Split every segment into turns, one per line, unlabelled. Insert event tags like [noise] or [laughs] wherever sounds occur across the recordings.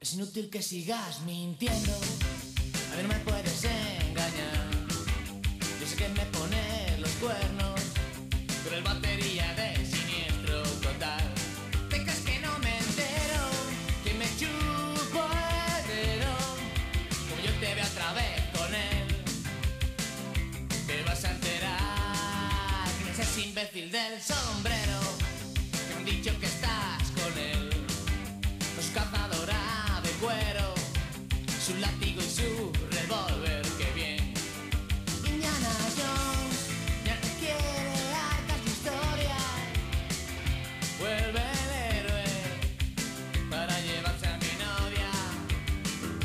Es inútil que sigas mintiendo, a mí no me puedes engañar. Yo sé que me pones los cuernos, pero el batería de siniestro total. ¿Te crees que no me entero? Que me chupo el dedo, como yo te veo otra vez con él. Te vas a enterar, que no seas imbécil del sombrero, que me han dicho que estás con él. Los cazadora de cuero, su látigo y su revólver, que bien. Indiana Jones ya no quiere hartas historias. Vuelve el héroe para llevarse a mi novia.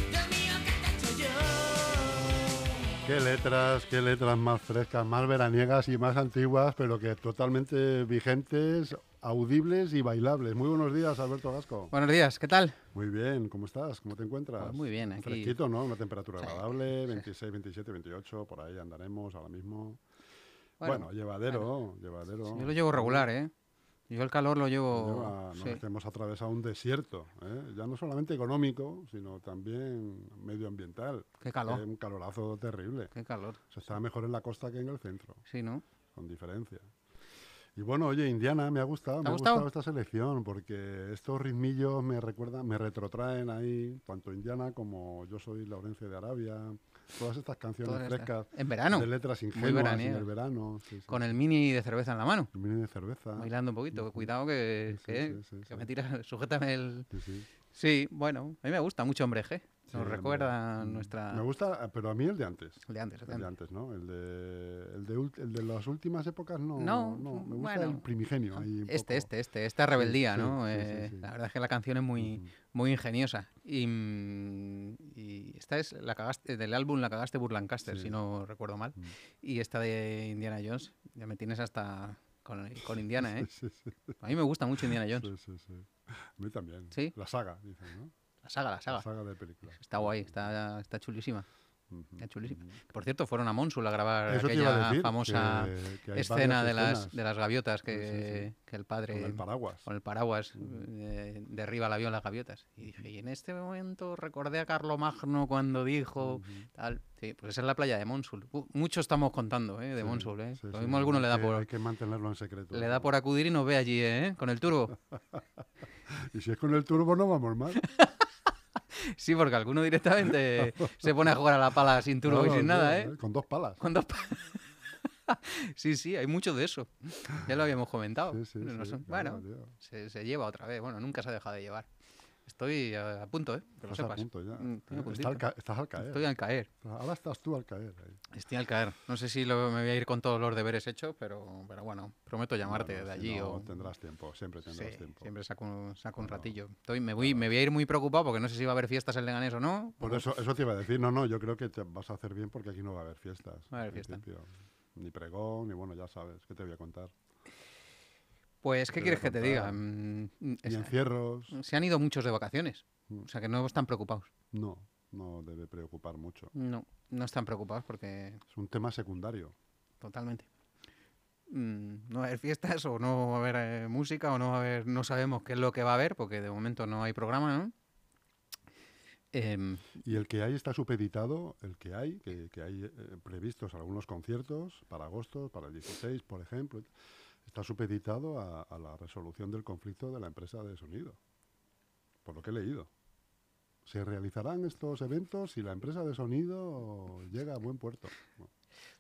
Dios mío, ¿qué te he hecho yo?
Qué letras, qué letras más frescas, más veraniegas y más antiguas, pero que totalmente vigentes, audibles y bailables. Muy buenos días, Alberto Gasco.
Buenos días, ¿qué tal?
Muy bien, ¿cómo estás? ¿Cómo te encuentras?
Pues muy bien, aquí-
Fresquito, ¿no? Una temperatura
Sí,
agradable,
sí.
26, 27, 28, por ahí andaremos ahora mismo. Bueno,
Bueno,
llevadero, llevadero.
Yo lo llevo regular, ¿eh? Yo el calor lo
Oh, Lleva-
llevo...
nos
sí.
hemos atravesado un desierto, ¿eh? ya no solamente económico, sino también medioambiental.
Qué calor.
Es un calorazo terrible.
Qué calor,
Se está mejor en la costa que en el centro,
sí, ¿no?
con diferencia. Y bueno, oye, Indiana, me ha gustado,
¿Te
me
ha
ha
gustado?
gustado esta selección, porque estos ritmillos me recuerdan, me retrotraen ahí, tanto Indiana como Yo soy Laurencia de Arabia, todas estas canciones
Todas estas-
frescas,
En verano,
de letras ingenuas en
veraniegas.
el verano, sí, sí.
con el mini de cerveza en la mano,
Un vino de cerveza.
bailando un poquito. Cuidado que,
Ah. Sí, sí,
que-
sí, sí,
que
sí.
me tiras, [laughs] sujétame el...
Sí, sí.
Sí, bueno, a mí me gusta mucho Hombre G.
Sí,
Nos
hombre.
recuerda
Mm.
nuestra...
Me gusta, pero a mí el de antes.
el de antes, el de
El de
antes.
antes, ¿no? El de, el de, ult- el de las últimas épocas no.
No,
me gusta
bueno.
el primigenio. ahí un
Este,
poco.
este, este, esta rebeldía,
sí,
¿no?
sí, sí,
Eh,
sí.
La verdad es que la canción es muy,
Ujú.
muy ingeniosa. Y, mm, y esta es la cagaste, eh, del álbum La cagaste Burl Lancaster,
Sí.
si no recuerdo mal.
Mm.
Y esta de Indiana Jones, ya me tienes hasta con, con Indiana, ¿eh?
[laughs] Sí, sí,
A mí me gusta mucho Indiana Jones.
sí, sí, sí. A mí también.
Sí.
La saga, dicen, ¿no?
La saga, la
La
saga.
saga de películas.
Está guay, está, está chulísima.
Ujú,
Está chulísima.
ujú.
Por cierto, fueron a Monsul a grabar
Eso te iba a
aquella
decir,
famosa
que- que hay
escena
varias
de las,
escenas
de las gaviotas que,
Sí, sí,
que el
Con
padre
el paraguas.
con el paraguas eh, derriba el avión las gaviotas. Y dije, y en este momento recordé a Carlo Magno cuando dijo tal. Sí, pues esa es la playa de Monsul. Uh, mucho estamos contando ¿eh? de
Sí,
Monsul. ¿eh?
sí,
Lo
sí,
mismo a alguno le da
hay que- Hay
por
que mantenerlo en secreto.
le da por acudir y nos ve allí, ¿eh? Con
[laughs]
el turbo.
Y si es con el turbo no vamos mal.
Sí, porque alguno directamente se pone a jugar a la pala sin [laughs] turbo
Claro,
y sin nada,
claro,
¿eh?
Con dos palas.
Con dos pa- [laughs] sí, sí, hay mucho de eso. Ya lo habíamos comentado.
Sí, sí,
No
sí,
son-
claro,
bueno,
tío.
se, se lleva otra vez. Bueno, nunca se ha dejado de llevar. Estoy a, a punto, ¿eh? Que lo
Estás a
sepas.
punto ya.
Mm, tengo
¿eh? Está
puntito.
al ca- estás al caer.
Estoy al caer.
Ahora estás tú al caer. ahí.
Estoy al caer. No sé si lo- me voy a ir con todos los deberes hechos, pero, pero bueno, prometo llamarte
Bueno, si
de allí.
no,
o...
Tendrás tiempo, siempre
Sí,
tendrás tiempo.
siempre saco, un- saco un
Claro.
ratillo. Estoy, me, voy, me voy a ir muy preocupado porque no sé si va a haber fiestas en Leganés o no.
Por
o-
eso, eso te iba a decir, no, no, yo creo que te vas a hacer bien porque aquí no va a haber fiestas.
Va a haber
en
fiesta.
principio. Ni pregón, ni bueno, ya sabes, ¿qué te voy a contar?
Pues, ¿qué
te voy a
quieres que te diga?
contar.
Mm, mm,
Ni
es-
encierros,
se han ido muchos de vacaciones.
Mm.
O sea que no están preocupados.
no, no debe preocupar mucho.
No, no están preocupados porque
Es un tema secundario.
totalmente. mm, no va a haber fiestas o no va a haber eh, música o no va a haber. No sabemos qué es lo que va a haber porque de momento no hay programa, ¿no? Em,
Y el que hay está supeditado, el que hay, que, que hay eh, previstos algunos conciertos para agosto, para el 16, por ejemplo, está supeditado a, a la resolución del conflicto de la empresa de sonido, por lo que he leído. Se realizarán estos eventos si la empresa de sonido llega a buen puerto. Bueno,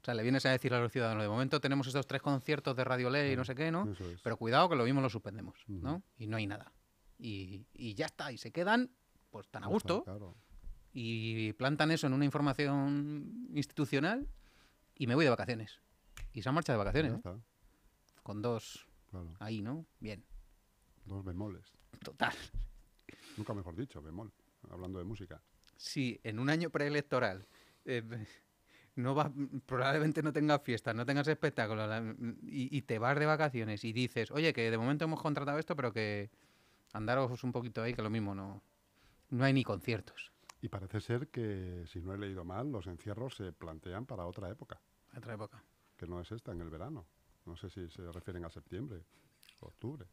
O sea, le vienes a decir a los ciudadanos, de momento tenemos estos tres conciertos de Radio Ley y no
Claro,
sé qué, ¿no?
eso es.
Pero cuidado que lo mismo lo suspendemos,
Ujú.
¿no? Y no hay nada. Y, y ya está, y se quedan pues tan a
Ya está,
gusto
claro.
y plantan eso en una información institucional y me voy de vacaciones. Y se han marchado
Ya
de vacaciones, ¿eh?
está,
con dos
claro.
ahí, ¿no? Bien,
Dos bemoles.
total.
Nunca mejor dicho, bemol. Hablando de música.
Si en un año preelectoral eh, [laughs] no vas- probablemente no tengas fiestas, no tengas espectáculos la- y, y te vas de vacaciones y dices, oye, que de momento hemos contratado esto, pero que andaros un poquito ahí, que lo mismo no, no hay ni conciertos.
Y parece ser que, si no he leído mal, los encierros se plantean para otra época.
Otra época.
que no es esta, en el verano. No sé si se refieren a septiembre, octubre.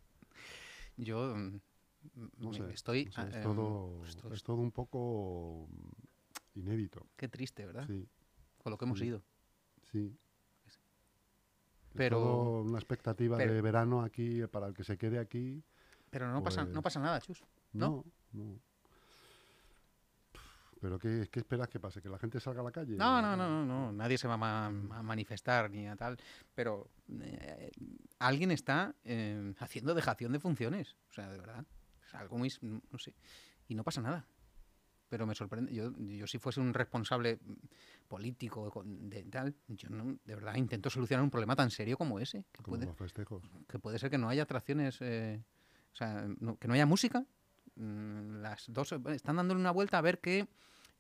Yo mm,
No
me-
sé,
estoy.
no sé,
ah,
es,
em,
todo,
esto
es
es-
todo un poco inédito.
Qué triste, ¿verdad?
Sí,
Con lo que hemos
Sí.
ido.
sí. Es
Pero-
todo una expectativa
pero-
de verano aquí, eh, para el que se quede aquí.
Pero no, pasa, no
Pues-
pasa nada, Chus.
No,
¿No?
no. Pero ¿qué, qué esperas que pase? ¿Que la gente salga a la calle?
No, no, no, no, no, nadie se va a, ma- a manifestar ni a tal, pero eh, alguien está eh, haciendo dejación de funciones, o sea, de verdad, es algo muy, s- no sé, y no pasa nada. Pero me sorprende, yo, yo si fuese un responsable mm, político eco- de tal, yo no- de verdad intento solucionar un problema tan serio como ese, que
Como
puede,
los festejos.
que puede ser que no haya atracciones, eh, o sea, no- que no haya música. Mm, Las dos eh, están dándole una vuelta a ver qué,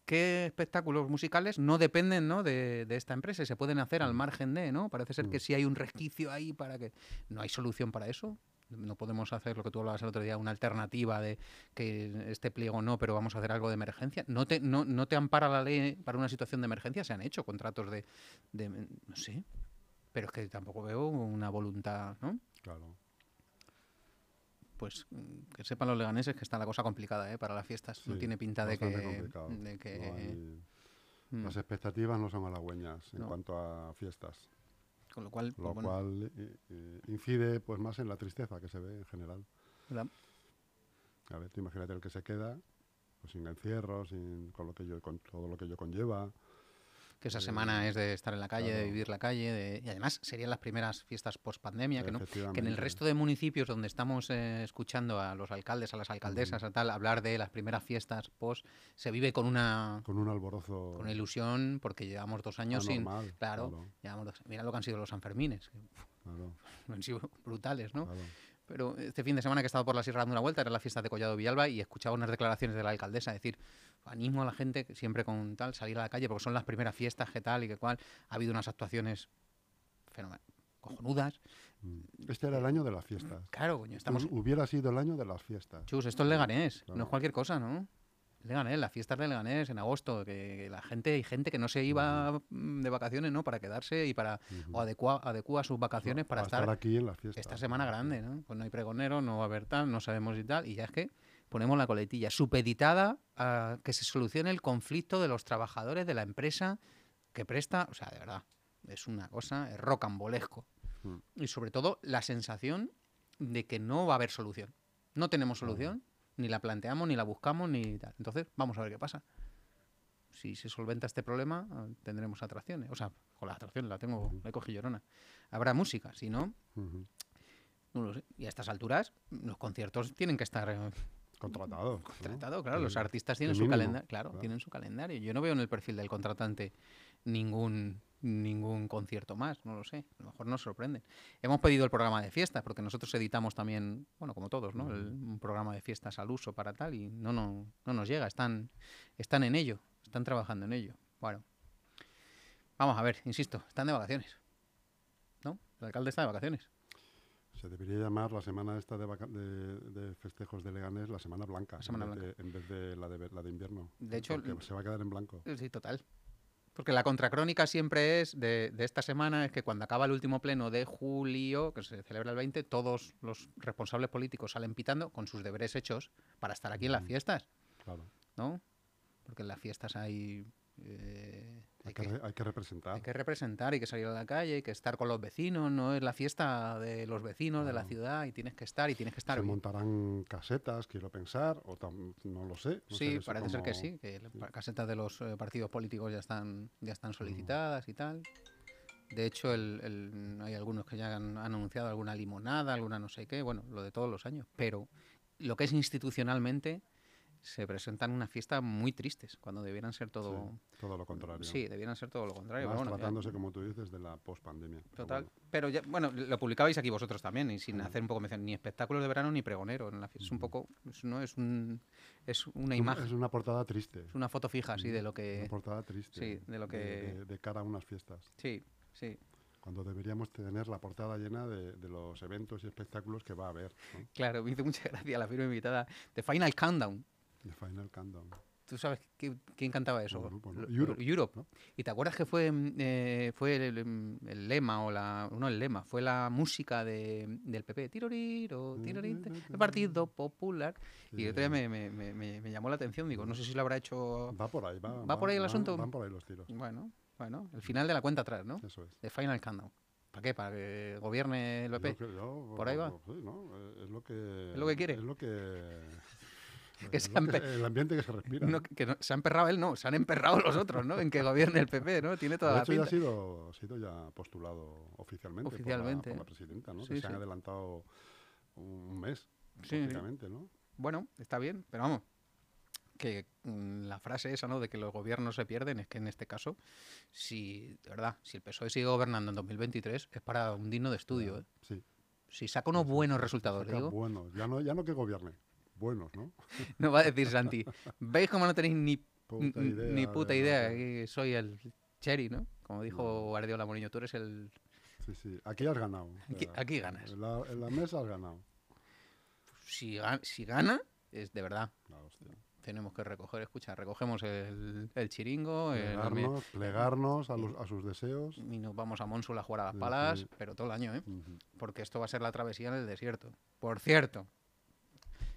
qué espectáculos musicales no dependen ¿no? De, de esta empresa y se pueden hacer al margen de, ¿no? Parece ser que
Mm.
sí hay un resquicio ahí para que... No hay solución para eso. No podemos hacer lo que tú hablabas el otro día, una alternativa de que este pliego no, pero vamos a hacer algo de emergencia. No te, no, no te ampara la ley para una situación de emergencia. Se han hecho contratos de, de... No sé. Pero es que tampoco veo una voluntad, ¿no?
Claro.
Pues mm, que sepan los leganeses que está la cosa complicada ¿eh? para las fiestas. no
Sí,
tiene pinta de
bastante
que.
complicado.
de que- eh,
No hay-
mm,
Las expectativas no son halagüeñas en
No.
cuanto a fiestas,
Con lo cual. pues,
lo
bueno,
cual eh, eh, incide pues más en la tristeza que se ve en general.
¿verdad?
A ver, tú imagínate el que se queda, pues sin encierro, sin con lo que yo con todo lo que ello conlleva.
Que esa semana es de estar en la calle,
eh,
de
claro.
vivir la calle. de- Y además serían las primeras fiestas post pandemia. Que, no, que en el
Efectivamente.
resto de municipios donde estamos eh, escuchando a los alcaldes, a las alcaldesas, a tal, hablar de las primeras fiestas post, se vive con una,
Con un alborozo.
con una ilusión porque llevamos dos años sin.
anormal,
Claro,
claro,
llevamos dos- mira lo que han sido los Sanfermines. que [laughs]
claro,
Han sido brutales, ¿no?
claro.
Pero este fin de semana que he estado por la sierra dando una vuelta, era la fiesta de Collado Villalba y escuchaba unas declaraciones de la alcaldesa decir, animo a la gente que siempre con tal salir a la calle porque son las primeras fiestas que tal y que cual. Ha habido unas actuaciones fenomen- cojonudas.
Mm. Este era el año de las fiestas.
Claro, coño, estamos...
Hu- Hubiera sido el año de las fiestas.
Chus, esto es Leganés, no
Claro.
es cualquier cosa, ¿no? Leganés, las fiestas de Leganés en agosto, que, que la gente, hay gente que no se iba mm, de vacaciones, ¿no? Para quedarse y para...
Ujú.
O adecua, adecúa sus vacaciones para
Va a
estar
aquí en las fiestas.
Esta semana grande, ¿no? Pues no hay pregonero, no va a haber tal, no sabemos y tal. Y ya es que ponemos la coletilla supeditada a que se solucione el conflicto de los trabajadores de la empresa que presta. O sea, de verdad, es una cosa, es rocambolesco.
Mm.
Y sobre todo la sensación de que no va a haber solución. No tenemos
Claro.
solución, ni la planteamos, ni la buscamos, ni tal. Entonces, vamos a ver qué pasa. Si se solventa este problema, ah, tendremos atracciones. O sea, con las atracciones la tengo,
Ujú.
la he cogido llorona. Habrá música, si no,
Ujú.
no lo sé. Y a estas alturas, los conciertos tienen que estar eh,
Contratados. ¿no?
contratados, claro. Los
Eh,
artistas tienen
el
su
mínimo,
calendario. Claro,
claro.
tienen su calendario. Yo no veo en el perfil del contratante ningún ningún concierto más, no lo sé, a lo mejor nos sorprenden. Hemos pedido el programa de fiestas, porque nosotros editamos también, bueno, como todos, ¿no? El-
Mm.
un programa de fiestas al uso para tal, y no, no, no nos llega, están, están en ello, están trabajando en ello. Bueno, vamos a ver, insisto, están de vacaciones, ¿no? El alcalde está de vacaciones.
Se debería llamar la semana esta de, vaca- de- de festejos de Leganés la Semana Blanca,
La Semana
en, vez De, en vez de la de, ve- la de invierno.
De hecho,
Porque
l-
se va a quedar en blanco.
Eh, Sí, total. Porque la contracrónica siempre es de, de esta semana, es que cuando acaba el último pleno de julio, que se celebra el 20, todos los responsables políticos salen pitando con sus deberes hechos para estar aquí en las
Ujú.
fiestas,
Claro.
¿no? Porque en las fiestas hay... eh,
Hay
hay
que,
que-
re- hay que representar.
hay que representar, hay que salir a la calle, hay que estar con los vecinos, no es la fiesta de los vecinos de la
Claro.
ciudad y tienes que estar y tienes que estar
Mm. se
bien.
montarán casetas, quiero pensar, o tam- no lo sé. no sé
Sí,
eso
parece ser que
cómo-
sí, que las casetas de los eh, partidos políticos ya están, ya
Mm.
están solicitadas y tal. De hecho, el- el- hay algunos que ya han, han anunciado alguna limonada, alguna no sé qué, bueno, lo de todos los años. Pero lo que es institucionalmente, se presentan unas fiestas muy tristes, cuando debieran ser
sí,
todo...
todo lo contrario.
Sí, debieran ser todo lo contrario.
Más
pero bueno, ya-
tratándose, como tú dices, de la pospandemia. Pero
Total.
bueno,
Pero ya, bueno, lo publicabais aquí vosotros también, y sin
Ujú.
hacer un poco mención, ni espectáculos de verano ni pregonero. En la fiesta. Es un
Ujú.
poco, es- no es un, es una
es un-
imagen.
Es una portada triste.
Es una foto fija así
Mm,
de lo
Una
que.
portada triste.
sí, de lo que-
de- de cara a unas fiestas.
Sí, sí.
cuando deberíamos tener la portada llena de, de los eventos y espectáculos que va a haber, ¿no?
Claro, me hizo mucha gracia la firma invitada de Final Countdown.
The Final Countdown.
Tú ¿Tú sabes qué- quién cantaba eso?
Un grupo, ¿no?
Lo- eh,
Europe,
Europe.
¿no?
¿Y te acuerdas que fue, mm, eh, fue el, el- el lema o la... No, el lema. Fue la música de, del PP. Tiroriro, tirorín, el Partido Popular. Y el otro día me, me- me- me- me llamó la atención. Digo, no sé si lo habrá hecho...
Va por ahí, va.
¿Va por ahí el asunto?
Van por ahí los tiros.
Bueno, bueno. El final de la cuenta atrás, ¿no?
Eso es.
De Final Countdown. ¿Para qué? ¿Para que gobierne el
Yo
PP?
creo- yo- pues,
por ahí va.
sí, ¿no? Es lo que.
Es lo que quiere.
Es lo que.
[laughs] Que
es
se
lo
han
que-
pe-
el ambiente que se respira.
No, que no- se ha emperrado él, no. Se han emperrado los otros, ¿no? En que gobierne el PP, ¿no? Tiene
[laughs]
toda
de
la
hecho, ya
pinta.
ha sido, ha sido ya postulado oficialmente, por la-
Oficialmente,
por, la,
¿eh?
presidenta, ¿no?
Sí,
que
sí.
se han adelantado un mes,
Sí, sí.
prácticamente, ¿no?
Bueno, está bien, pero vamos. Que mm, la frase esa, ¿no? De que los gobiernos se pierden, es que en este caso, si, de verdad, si el PSOE E sigue gobernando en 2023, es para un digno de estudio. ¿eh?
Sí.
Si saca unos
[laughs]
buenos resultados,
Saca
digo,
buenos. Ya no, ya no que gobierne. Buenos, ¿no?
[laughs] no va a decir
[laughs]
Santi, ¿veis cómo no tenéis ni
Puta
n-
idea
ni
de
puta
lo
idea? eh.
que-
que soy el cherry, ¿no? Como dijo
No.
Guardiola Mourinho, tú eres el...
Sí, sí. Aquí has ganado. o
Aquí,
sea,
aquí ganas.
En la, en la mesa has ganado.
Si, ga- si gana, es de verdad.
La hostia.
Tenemos que recoger, escucha, recogemos el, el chiringo, el,
Plegarnos, plegarnos a, los- a sus deseos.
y nos vamos a Mónsul a jugar a las
Sí,
palas,
sí.
pero todo el año, ¿eh?
Ujú.
Porque esto va a ser la travesía en el desierto. Por cierto,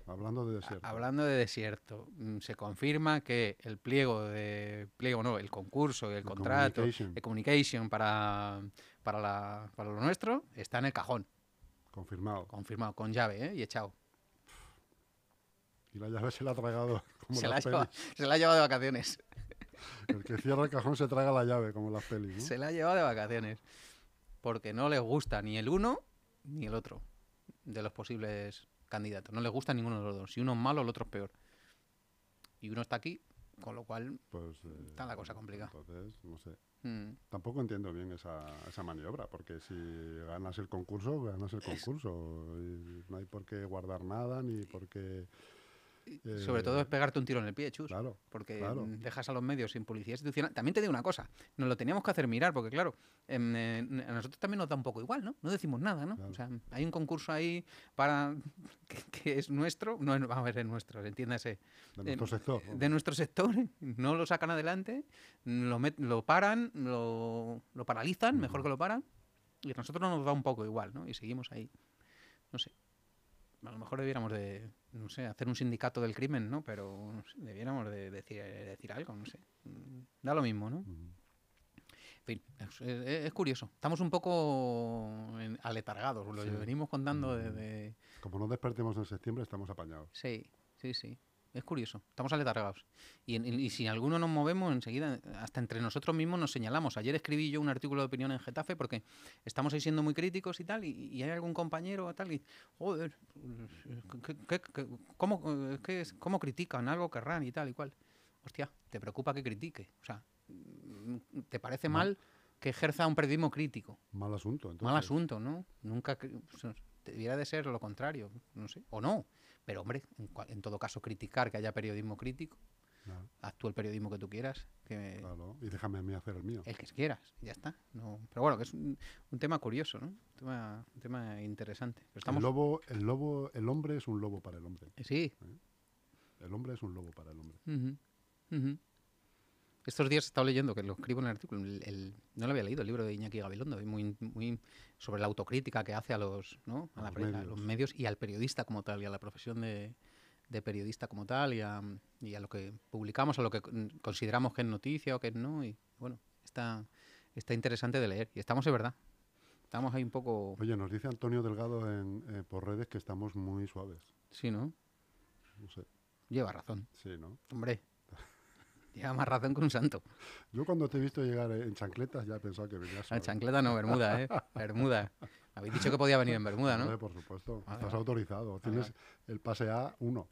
Hablando de
a-
desierto.
hablando de desierto, mm, se confirma que el pliego de pliego no, el concurso y el
El
contrato
communication.
de communication para para, la- para lo nuestro está en el cajón,
Confirmado.
confirmado con llave, ¿eh? Y echado.
Y la llave se la ha
[laughs]
tragado. Como
Se la, ha
las
llevado,
pelis.
se la ha llevado de vacaciones.
El que cierra el cajón se traga la llave, como en las pelis. ¿no?
[laughs] Se la ha llevado de vacaciones. Porque no les gusta ni el uno ni el otro de los posibles candidatos. No les gusta ninguno de los dos. Si uno es malo, el otro es peor. Y uno está aquí, con lo cual
Pues, eh,
Está la cosa complicada.
Entonces, no sé.
mm,
Tampoco entiendo bien esa, esa maniobra, porque si ganas el concurso, ganas el concurso. y no hay por qué guardar nada, ni por qué.
sobre
eh,
todo es pegarte un tiro en el pie, chus.
Claro.
porque
claro.
mm, dejas a los medios sin publicidad institucional. También te digo una cosa, nos lo teníamos que hacer mirar, porque claro, em, eh, n- a nosotros también nos da un poco igual, ¿no? No decimos nada, ¿no? O
Claro.
sea, hay un concurso ahí para [laughs] que, que es nuestro, no es- vamos a ver, es nuestro, entiéndase,
De nuestro sector. ¿no?
eh, Em, de nuestro sector, [laughs] no lo sacan adelante, lo, met- lo paran, lo, lo paralizan, mejor que lo paran, y a nosotros nos da un poco igual, ¿no? Y seguimos ahí, no sé. A lo mejor debiéramos de, no sé, hacer un sindicato del crimen, ¿no? Pero no sé, debiéramos de decir, decir algo, no sé. Mm, Da lo mismo, ¿no?
Ujú.
En fin, es, es- es curioso. Estamos un poco en- aletargados, lo
Sí.
venimos contando
Mm.
desde...
Como no despertemos en septiembre, estamos apañados.
Sí, sí, sí. Es curioso. Estamos aletargados. Y, en- y si alguno nos movemos, enseguida, hasta entre nosotros mismos nos señalamos. Ayer escribí yo un artículo de opinión en Getafe porque estamos ahí siendo muy críticos y tal, y, y hay algún compañero o tal, y, joder, ¿qué- qué- qué- cómo, eh, qué es- cómo critican? Algo querrán y tal y cual. Hostia, ¿te preocupa que critique? O sea, mm, ¿te parece
Mal.
mal que ejerza un periodismo crítico?
Mal asunto, entonces.
Mal asunto, ¿no? Nunca cri- se- debiera de ser lo contrario, no sé, o no. Pero hombre, en, cua- en todo caso criticar que haya periodismo crítico,
Claro,
haz tú el periodismo que tú quieras, que
claro. Y déjame a mí hacer el mío.
el que quieras, ya está. No, pero bueno, que es un, un tema curioso, ¿no? Un tema, un tema interesante. Pero estamos
El lobo, el lobo, el hombre es un lobo para el hombre.
eh, Sí.
El hombre es un lobo para el hombre.
ujú, ujú. Estos días he estado leyendo, que lo escribo en el artículo, el- el- no lo había leído, el libro de Iñaki Gabilondo, y muy, muy sobre la autocrítica que hace a los, ¿no? a,
A
la
los
pre- a
medios.
los medios y al periodista como tal, y a la profesión de, de periodista como tal, y a, y a lo que publicamos, a lo que con- consideramos que es noticia o que no, y bueno, está, está interesante de leer. Y estamos, de verdad, estamos ahí un poco...
Oye, nos dice Antonio Delgado en, eh, por redes que estamos muy suaves.
Sí, ¿no?
No sé.
Lleva razón,
Sí, ¿no?
hombre. Lleva más razón que un santo.
Yo cuando te he visto llegar eh, en chancletas ya he pensado que venías
Ah,
suave.
chancleta no, bermuda, ¿eh? Bermuda. Habéis dicho que podía venir en bermuda,
Hombre,
¿no? Ah,
por supuesto.
Vale,
Estás
vale.
autorizado. Tienes
ah.
el pase A1.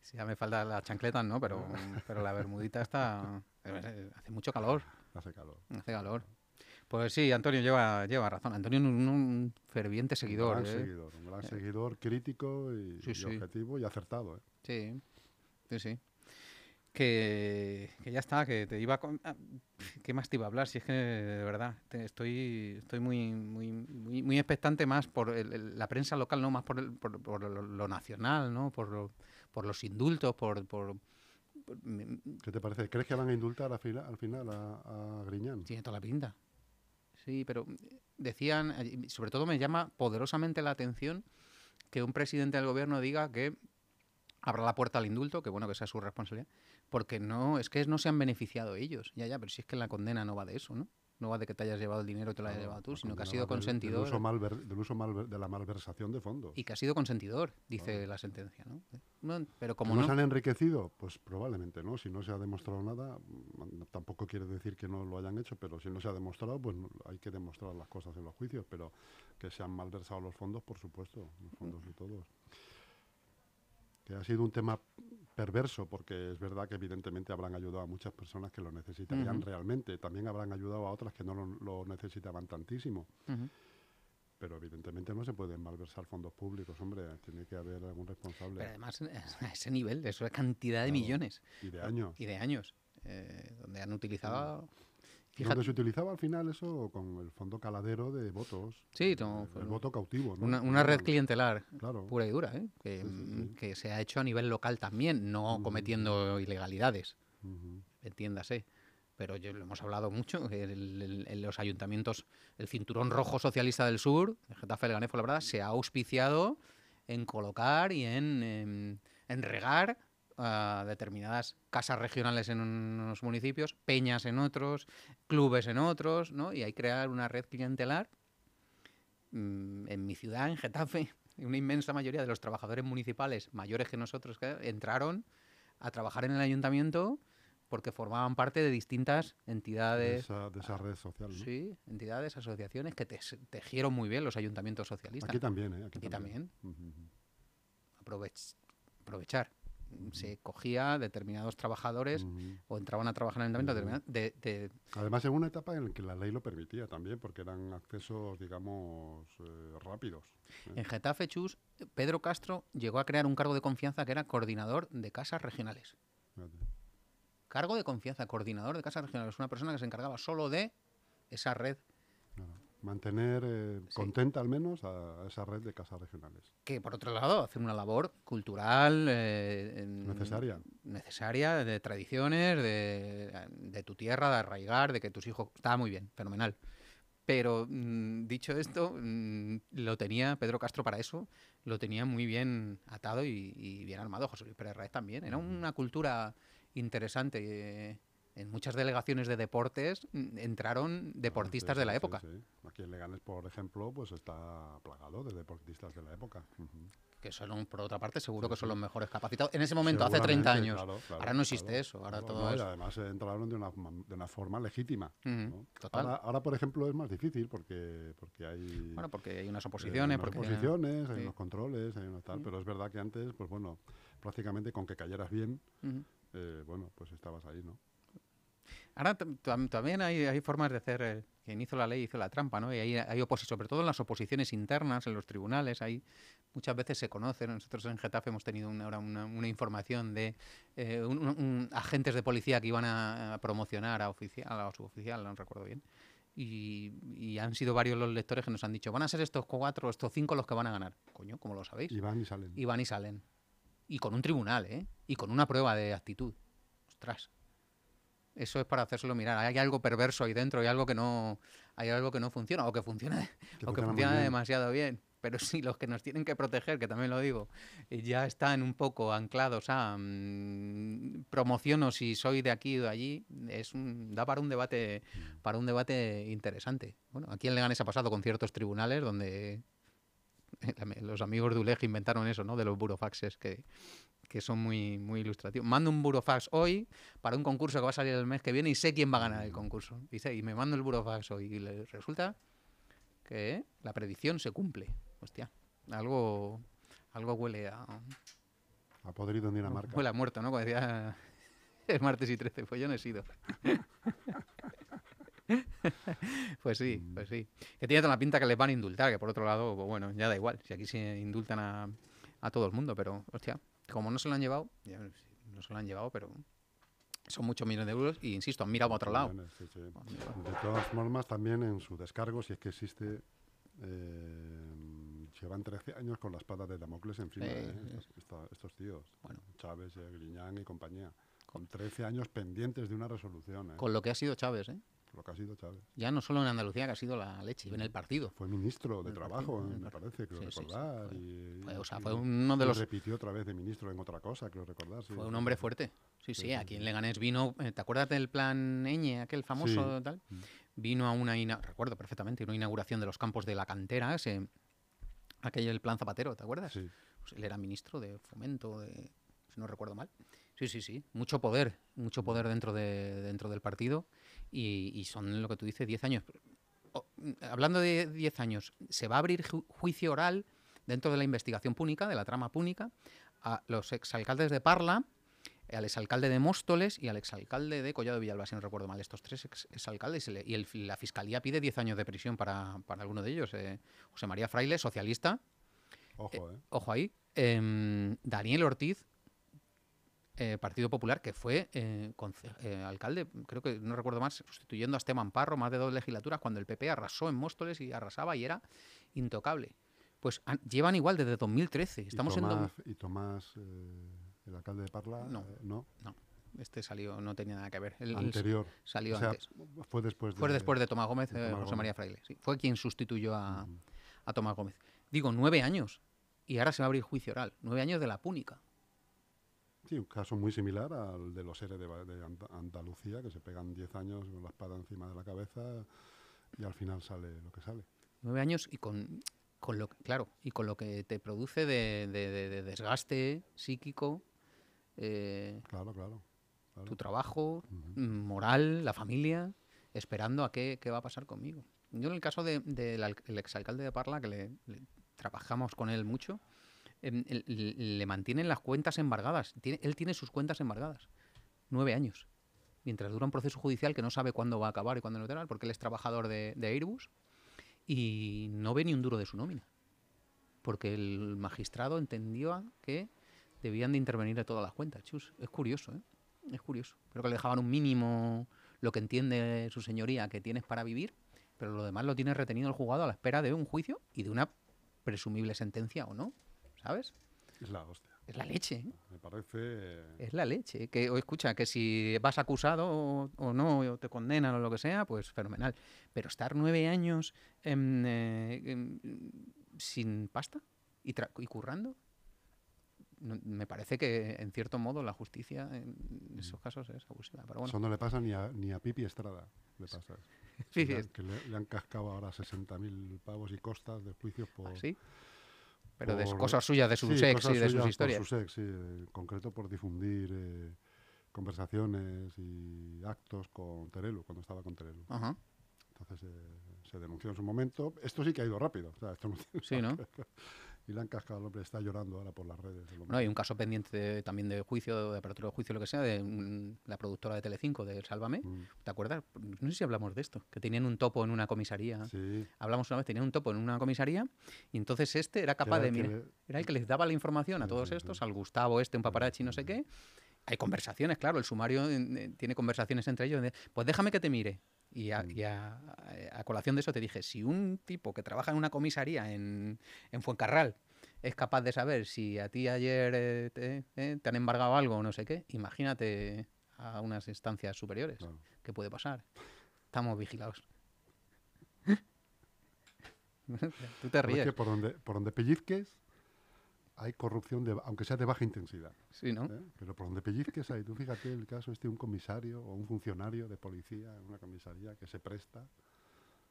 Sí, ya me faltan las chancletas, ¿no?
[laughs]
Pero, pero la bermudita está... eh, Hace mucho calor,
Hace calor.
hace calor. Pues sí, Antonio lleva, lleva razón. Antonio es un, un ferviente seguidor,
un gran
¿eh?
seguidor. Un gran seguidor crítico y,
Sí,
y
sí.
objetivo y acertado. ¿eh?
Sí, sí, sí. Que, que ya está, que te iba a... con- ah, ¿Qué más te iba a hablar? Si es que, de verdad, te- estoy, estoy muy, muy, muy, muy expectante más por el- el- la prensa local, no más por, el- por, por lo, lo nacional, ¿no? Por, lo- por los indultos, por, por- por- me-
¿Qué te parece? ¿Crees que van a indultar al, fila- al final a, a Griñán?
Tiene toda la pinta. Sí, pero mm, decían, eh, sobre todo me llama poderosamente la atención que un presidente del gobierno diga que abra la puerta al indulto, que bueno que sea su responsabilidad, porque no, es que no se han beneficiado ellos. Ya, ya, pero si es que la condena no va de eso, ¿no? No va de que te hayas llevado el dinero y te lo hayas
Claro,
llevado tú,
la
sino
condena
que ha
va
sido
del- Del
consentidor
uso, malver- del uso malver- de la malversación de fondos.
y que ha sido consentidor, dice la sentencia, ¿no? No, pero como
¿Que
no,
¿Nos han enriquecido? Pues probablemente, ¿no? Si no se ha demostrado nada, mm, tampoco quiere decir que no lo hayan hecho, pero si no se ha demostrado, pues no- hay que demostrar las cosas en los juicios, pero que se han malversado los fondos, por supuesto, los fondos de todos. Que ha sido un tema perverso, porque es verdad que evidentemente habrán ayudado a muchas personas que lo necesitarían
Ujú.
realmente, también habrán ayudado a otras que no lo, lo necesitaban tantísimo.
Ujú.
Pero evidentemente no se pueden malversar fondos públicos, hombre, tiene que haber algún responsable.
pero además eh, [laughs] a ese nivel, eso es cantidad de
Claro.
millones
y de años.
y de años, eh, donde han utilizado...
Donde se utilizaba al final eso con el fondo caladero de votos. Eh,
Sí, no,
el,
fue
el
un-
voto cautivo. ¿no?
Una, una red
Claro,
clientelar
Claro.
pura y dura, ¿eh? que,
Sí, sí,
mm,
sí.
que se ha hecho a nivel local también, no cometiendo ilegalidades,
Ujú.
entiéndase. Pero yo, lo hemos hablado mucho, que el- el- el- los ayuntamientos, el cinturón rojo socialista del sur, el Getafe, Leganés, Fuenlabrada, se ha auspiciado en colocar y en, em, en regar a determinadas casas regionales en unos municipios, peñas en otros, clubes en otros, ¿no? Y hay que crear una red clientelar. Mm, En mi ciudad, en Getafe, una inmensa mayoría de los trabajadores municipales, mayores que nosotros, que entraron a trabajar en el ayuntamiento porque formaban parte de distintas
De
entidades,
esa, de esa red social. ¿no?
sí, entidades, asociaciones que te- tejieron muy bien los ayuntamientos socialistas.
Aquí también, ¿eh? Aquí,
Aquí
también. Ujú.
Aprovech- aprovechar.
Mm.
Se cogía determinados trabajadores
Ujú.
o entraban a trabajar en el
Mm.
ayuntamiento determina- de- de
Además, en una etapa en la que la ley lo permitía también, porque eran accesos, digamos, eh, rápidos. Mm.
En Getafe Chus, Pedro Castro llegó a crear un cargo de confianza que era coordinador de casas regionales.
Fíjate.
Cargo de confianza, coordinador de casas regionales. Una persona que se encargaba solo de esa red
Claro. Mantener eh,
Sí.
contenta al menos a esa red de casas regionales.
que, por otro lado, hace una labor cultural... eh, en-
Necesaria.
Necesaria, de tradiciones, de, de tu tierra, de arraigar, de que tus hijos... Estaba muy bien, fenomenal. Pero mm, dicho esto, mm, lo tenía Pedro Castro para eso, lo tenía muy bien atado y, y bien armado. José Luis Pérez Raez también. Era una cultura interesante. eh, En muchas delegaciones de deportes mm, entraron deportistas
Sí,
de la
sí,
época,
sí. Aquí en Leganés, por ejemplo, pues está plagado de deportistas de la época. Ujú.
que son, por otra parte, seguro
Sí,
que son
sí.
los mejores capacitados. En ese momento, hace 30
Seguramente,
años.
claro, claro,
ahora no existe
claro.
eso, ahora
No,
todo
no, y
es-
además eh, entraron de una, ma- de una forma legítima.
Ujú,
¿no?
total.
Ahora, ahora, por ejemplo, es más difícil porque, porque hay
Bueno, porque hay unas
eh,
oposiciones,
unas
porque
oposiciones, hay
sí.
unos controles, hay unos tal, pero es verdad que antes, pues bueno, prácticamente con que cayeras bien,
Ujú.
eh, bueno, pues estabas ahí, ¿no?
Ahora tam- tam- también hay, hay formas de hacer, eh, quien hizo la ley hizo la trampa, ¿no? Y hay, hay oposi- sobre todo en las oposiciones internas, en los tribunales, hay, muchas veces se conocen, nosotros en Getafe hemos tenido una, ahora una, una información de eh, un- un- un- agentes de policía que iban a, a promocionar a oficial o suboficial, no recuerdo bien, y, y han sido varios los lectores que nos han dicho, van a ser estos cuatro, estos cinco los que van a ganar. Coño, ¿cómo lo sabéis?
Y van y salen.
y van y salen. Y con un tribunal, ¿eh? Y con una prueba de actitud. Ostras. Eso es para hacérselo mirar. Hay algo perverso ahí dentro, hay algo que no, hay algo que no funciona, o que funciona,
[laughs] Que
o que
funciona muy
funciona
bien.
demasiado bien. Pero si los que nos tienen que proteger, que también lo digo, eh, ya están un poco anclados a mm, promociono si soy de aquí o de allí, es un, da para un debate, para un debate interesante. Bueno, aquí en Leganés ha pasado con ciertos tribunales donde [laughs] los amigos de ULEG inventaron eso, ¿no? De los burofaxes que, que son muy, muy ilustrativos. Mando un burofax hoy para un concurso que va a salir el mes que viene y sé quién va a ganar el concurso. Y, sé- y me mando el burofax hoy y le- resulta que la predicción se cumple. Hostia, algo, algo huele a...
A podrido en Dinamarca.
Huele a muerto, ¿no? Como decía [laughs] el martes y 13, pues yo no he sido. [laughs] pues sí, pues sí. Que tiene toda la pinta que les van a indultar, que por otro lado, pues bueno, ya da igual. Si aquí se indultan a, a todo el mundo, pero hostia, como no se lo han llevado, ya no se lo han llevado, pero son muchos millones de euros y insisto, han mirado a otro lado.
Millones, sí, sí. De todas formas, también en su descargo, si es que existe, eh, llevan 13 años con la espada de Damocles encima,
Sí,
¿eh?
sí,
Estos- esta- estos tíos,
Bueno.
Chávez, eh, Griñán y compañía. con 13 años pendientes de una resolución. ¿eh?
Con lo que ha sido Chávez, ¿eh?
Lo que ha sido Chávez.
Ya no solo en Andalucía, que ha sido la leche, en el partido.
Fue ministro de
El
Trabajo,
partido,
eh,
el
me
partido.
parece, creo
Sí, sí, sí,
recordar.
fue-
y-
fue- o sea,
y-
fue uno de
y
los-
repitió otra vez de ministro en otra cosa, creo recordar. sí.
Fue un hombre fuerte. Sí, sí,
sí,
aquí en Leganés vino, eh, ¿te acuerdas del plan Eñe, aquel famoso tal?
Mm.
Vino a una, ina- recuerdo perfectamente, una inauguración de los campos de la cantera, ese, aquello del plan Zapatero, ¿te acuerdas?
Sí.
Pues él era ministro de fomento, de- si no recuerdo mal. Sí, sí, sí, mucho poder, mucho poder dentro, de, dentro del partido y, y son lo que tú dices, 10 años. O- hablando de 10 años, se va a abrir ju- juicio oral dentro de la investigación púnica, de la trama púnica, a los exalcaldes de Parla, al exalcalde de Móstoles y al exalcalde de Collado de Villalba, si no recuerdo mal, estos tres ex- exalcaldes. Y, le- y el fi- la fiscalía pide 10 años de prisión para, para alguno de ellos. eh, José María Fraile, socialista,
Ojo, ¿eh?
ojo ahí. em, Daniel Ortiz, eh, Partido Popular, que fue eh, conce- eh, alcalde, creo que no recuerdo más, sustituyendo a Esteban Parro más de dos legislaturas cuando el PP arrasó en Móstoles y arrasaba y era intocable. Pues han- llevan igual desde 2013. Estamos
y
en.
Tomás,
do-
Y Tomás, eh, el alcalde de Parla,
No.
eh, no,
Este salió, no tenía nada que ver. El- el-
anterior.
salió
o sea,
antes.
fue después de...
Fue después de Tomás Gómez,
de
eh,
Tomás
José
Gómez.
María Fraile. sí. Fue quien sustituyó a,
Ujú.
a Tomás Gómez. Digo, nueve años. Y ahora se va a abrir juicio oral. Nueve años de la púnica.
Sí, un caso muy similar al de los seres de, Ba- de Anda- Andalucía, que se pegan 10 años con la espada encima de la cabeza y al final sale lo que sale.
Nueve años y con, con lo que, claro, y con lo que te produce de, de- de- de desgaste psíquico, eh,
Claro, claro. claro.
tu trabajo,
Ujú.
mm, moral, la familia, esperando a qué, qué va a pasar conmigo. Yo en el caso del de, del al- el exalcalde de Parla, que le, le- trabajamos con él mucho, em, el- le le mantienen las cuentas embargadas. Tiene- él tiene sus cuentas embargadas. Nueve años. Mientras dura un proceso judicial que no sabe cuándo va a acabar y cuándo no terminar, porque él es trabajador de, de Airbus y no ve ni un duro de su nómina. Porque el magistrado entendió que debían de intervenir de todas las cuentas. Chus, es curioso, ¿eh? Es curioso. Creo que le dejaban un mínimo, lo que entiende su señoría, que tienes para vivir, pero lo demás lo tiene retenido el juzgado a la espera de un juicio y de una presumible sentencia o no, ¿sabes?
Es la hostia.
Es la leche, ¿eh?
Me parece... eh,
es la leche. Que o escucha, que si vas acusado o, o no, o te condenan o lo que sea, pues fenomenal. Pero estar nueve años em, eh, em, sin pasta y, tra- y currando, no- me parece que en cierto modo la justicia en esos casos es abusiva. Pero bueno,
Eso no le pasa ni a, ni a Pipi Estrada. Le pasa.
[laughs] sí,
le,
sí,
han-
es-
que le, le han cascado ahora 60.000 pavos y costas de juicios por...
así. Pero de
por-
cosas suyas, de sus
sí,
ex
cosas
y de
suyas
sus
por
historias.
sus ex, sí, en concreto por difundir eh, conversaciones y actos con Terelu, cuando estaba con Terelu.
Ajá,
Entonces eh, se denunció en su momento. Esto sí que ha ido rápido. o sea, esto no tiene-
sí, ¿no?
[laughs] y le han cascado al hombre, está llorando ahora por las redes. el hombre.
Bueno, hay un caso pendiente de- también de juicio, de apertura de juicio, lo que sea, de un- la productora de Telecinco, de Sálvame.
Mm,
¿Te acuerdas? No sé si hablamos de esto, que tenían un topo en una comisaría.
Sí. que
Hablamos una vez, tenían un topo en una comisaría y entonces este era capaz
era
de
el que
mirar.
le-
Era el que les daba la información a
Sí,
todos
sí,
estos,
sí.
al Gustavo este, un paparazzi, no sé
sí.
qué. Hay conversaciones, claro, el sumario eh, tiene conversaciones entre ellos. de, pues déjame que te mire. Y, a,
Mm.
y a- a- a colación de eso te dije, si un tipo que trabaja en una comisaría en, en Fuencarral es capaz de saber si a ti ayer eh, te, eh, te han embargado algo o no sé qué, imagínate a unas instancias superiores.
Claro.
¿Qué puede pasar?
[laughs]
Estamos vigilados. [laughs] Tú te
Pero es
ríes,
que por donde, por donde pellizques hay corrupción, de, aunque sea de baja intensidad.
sí, ¿no?
¿eh? Pero por donde pellizques hay, tú fíjate el caso este, un comisario o un funcionario de policía en una comisaría que se presta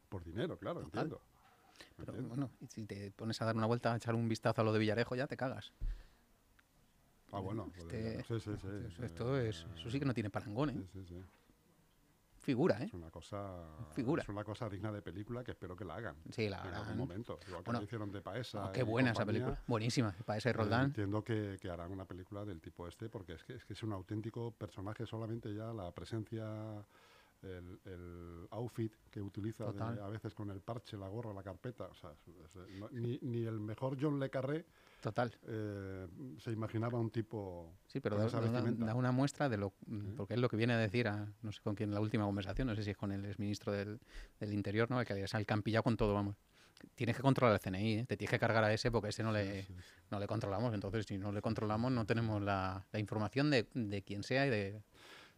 por dinero, claro,
Total.
entiendo.
Pero
Entiendo.
bueno, y si te pones a dar una vuelta, a echar un vistazo a lo de Villarejo, ya te cagas.
ah, bueno, lo de- sí, sí,
este-
sí,
Esto-
eh,
Esto es, eso sí que no tiene parangón, ¿eh?
sí, sí, sí.
Figura, ¿eh?
Es una cosa,
Figura.
es una cosa digna de película que espero que la hagan.
Sí, la
en
verdad.
algún momento. Igual que
Bueno,
lo hicieron de Paesa.
Oh, qué
y
buena esa
compañía,
película. Buenísima, para ese
eh,
Roldán.
Entiendo que, que harán una película del tipo este, porque es que es, que es un auténtico personaje, solamente ya la presencia, el, el outfit que utiliza de-
Total.
a veces con el parche, la gorra, la carpeta. O sea, es- es- no- ni, ni el mejor John Le Carré
Total.
eh, se imaginaba un tipo.
Sí, pero
con
da,
esa
da- da-
vestimenta.
da una muestra de lo. mm, Porque es lo que viene a decir a. No sé con quién en la última conversación, no sé si es con el exministro del, del Interior, ¿no? Al que al que han pillado con todo, vamos. tienes que controlar el CNI, ¿eh? te tienes que cargar a ese porque a ese no le, no le controlamos. Entonces, si no le controlamos, no tenemos la, la información de, de quien sea y de...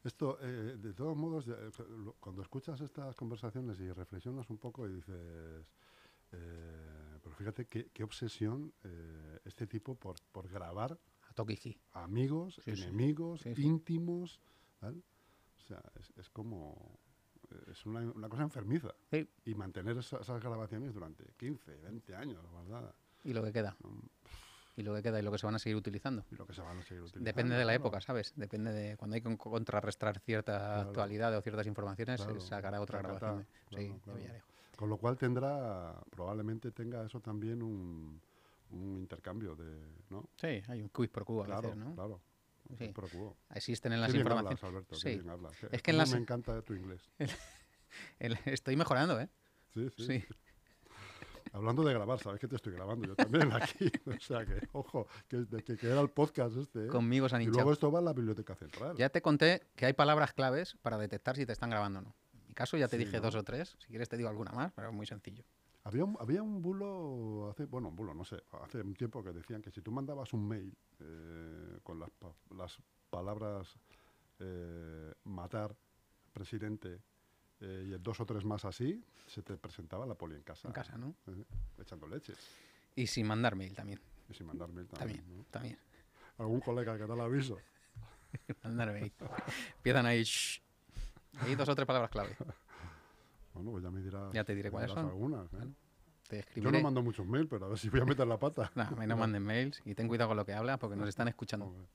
Esto, eh, de todos modos, ya, eh, lo- cuando escuchas estas conversaciones y reflexionas un poco y dices, eh, pero fíjate qué, qué obsesión eh, este tipo por, por grabar
A Tokiji.
amigos,
Sí, sí.
enemigos,
Sí, sí.
íntimos, ¿vale? O sea, es, es como, es una, una cosa enfermiza.
Sí.
Y mantener esa- esas grabaciones durante 15, 20 años, ¿verdad?
Y lo que queda.
Mm.
Y lo que queda y lo que se van a seguir utilizando.
Y lo que se van a seguir utilizando.
Depende de la
claro.
época, ¿sabes? Depende de cuando hay que contrarrestar cierta actualidad o ciertas informaciones,
Claro,
se sacará otra
tacatá,
grabación. de-
claro,
sí, de
claro.
Villarejo.
Con lo cual tendrá, probablemente tenga eso también un, un intercambio de, ¿no?
Sí, hay un quiz por Cuba a
Claro,
veces, ¿no?
claro. Un
Sí.
procuo.
Existen en
Qué
las
bien
informaciones.
hablas, Alberto, qué
Sí.
bien hablas. Qué-
Es que en
cómo
las-
me encanta tu inglés.
El- Estoy mejorando, ¿eh?
Sí, sí.
Sí.
Hablando de grabar, sabes que te estoy grabando yo también [laughs] aquí. o sea que, ojo, que, de- que, que era el podcast este. ¿eh?
Conmigo se han
y
hinchado.
luego esto va a la biblioteca central.
Ya te conté que hay palabras claves para detectar si te están grabando o no. En mi caso ya te
Sí,
dije
¿no?
dos o tres. Si quieres te digo alguna más, pero es muy sencillo.
Había un, había un bulo, hace, bueno, un bulo, no sé, hace un tiempo que decían que si tú mandabas un mail eh, con las, pa- las palabras eh, matar, presidente, eh, y el dos o tres más así, se te presentaba la poli en casa.
En casa, ¿no?
eh, echando leche.
Y sin mandar mail también.
Y sin mandar mail también.
También,
Ah, ¿no?
también.
Algún colega que tal aviso.
Mandar mail. [laughs] Empiezan ahí. shh. Hay dos o tres palabras clave.
Bueno, pues ya me dirás.
Ya te diré
me
cuáles
dirás
son.
algunas, ¿eh?
Claro. Te
Yo no
escribiré.
mando muchos mails, pero a ver si voy a meter la pata. [laughs]
No, a mí no manden mails y ten cuidado con lo que hablas porque nos están escuchando.
Hombre.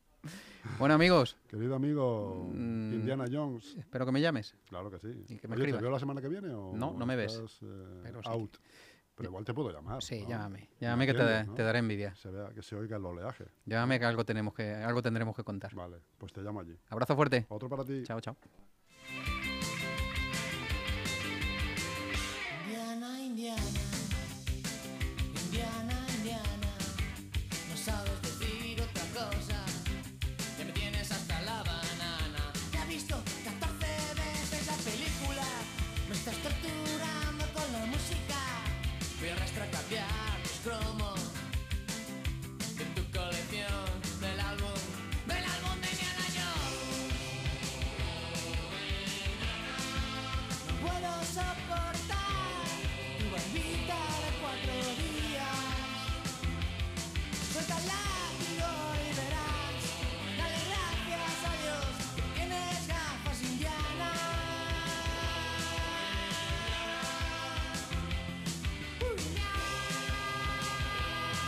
Bueno, amigos,
Querido amigo
Mm.
Indiana Jones,
espero que me llames.
Claro que sí.
Y que me
Oye, ¿Te
escribas.
veo la semana que viene o
No, no me ves.
estás, eh,
Pero sí
out. Pero igual te puedo llamar.
Sí,
¿no?
llámame.
Me
Llámame que te,
atiendes, ah. ¿no?
te daré envidia.
Que se, vea, que se oiga el oleaje.
Llámame que algo, tenemos que algo tendremos que contar.
Vale, pues te llamo allí.
Abrazo fuerte.
Otro para ti.
Chao, chao.
Indiana, Indiana,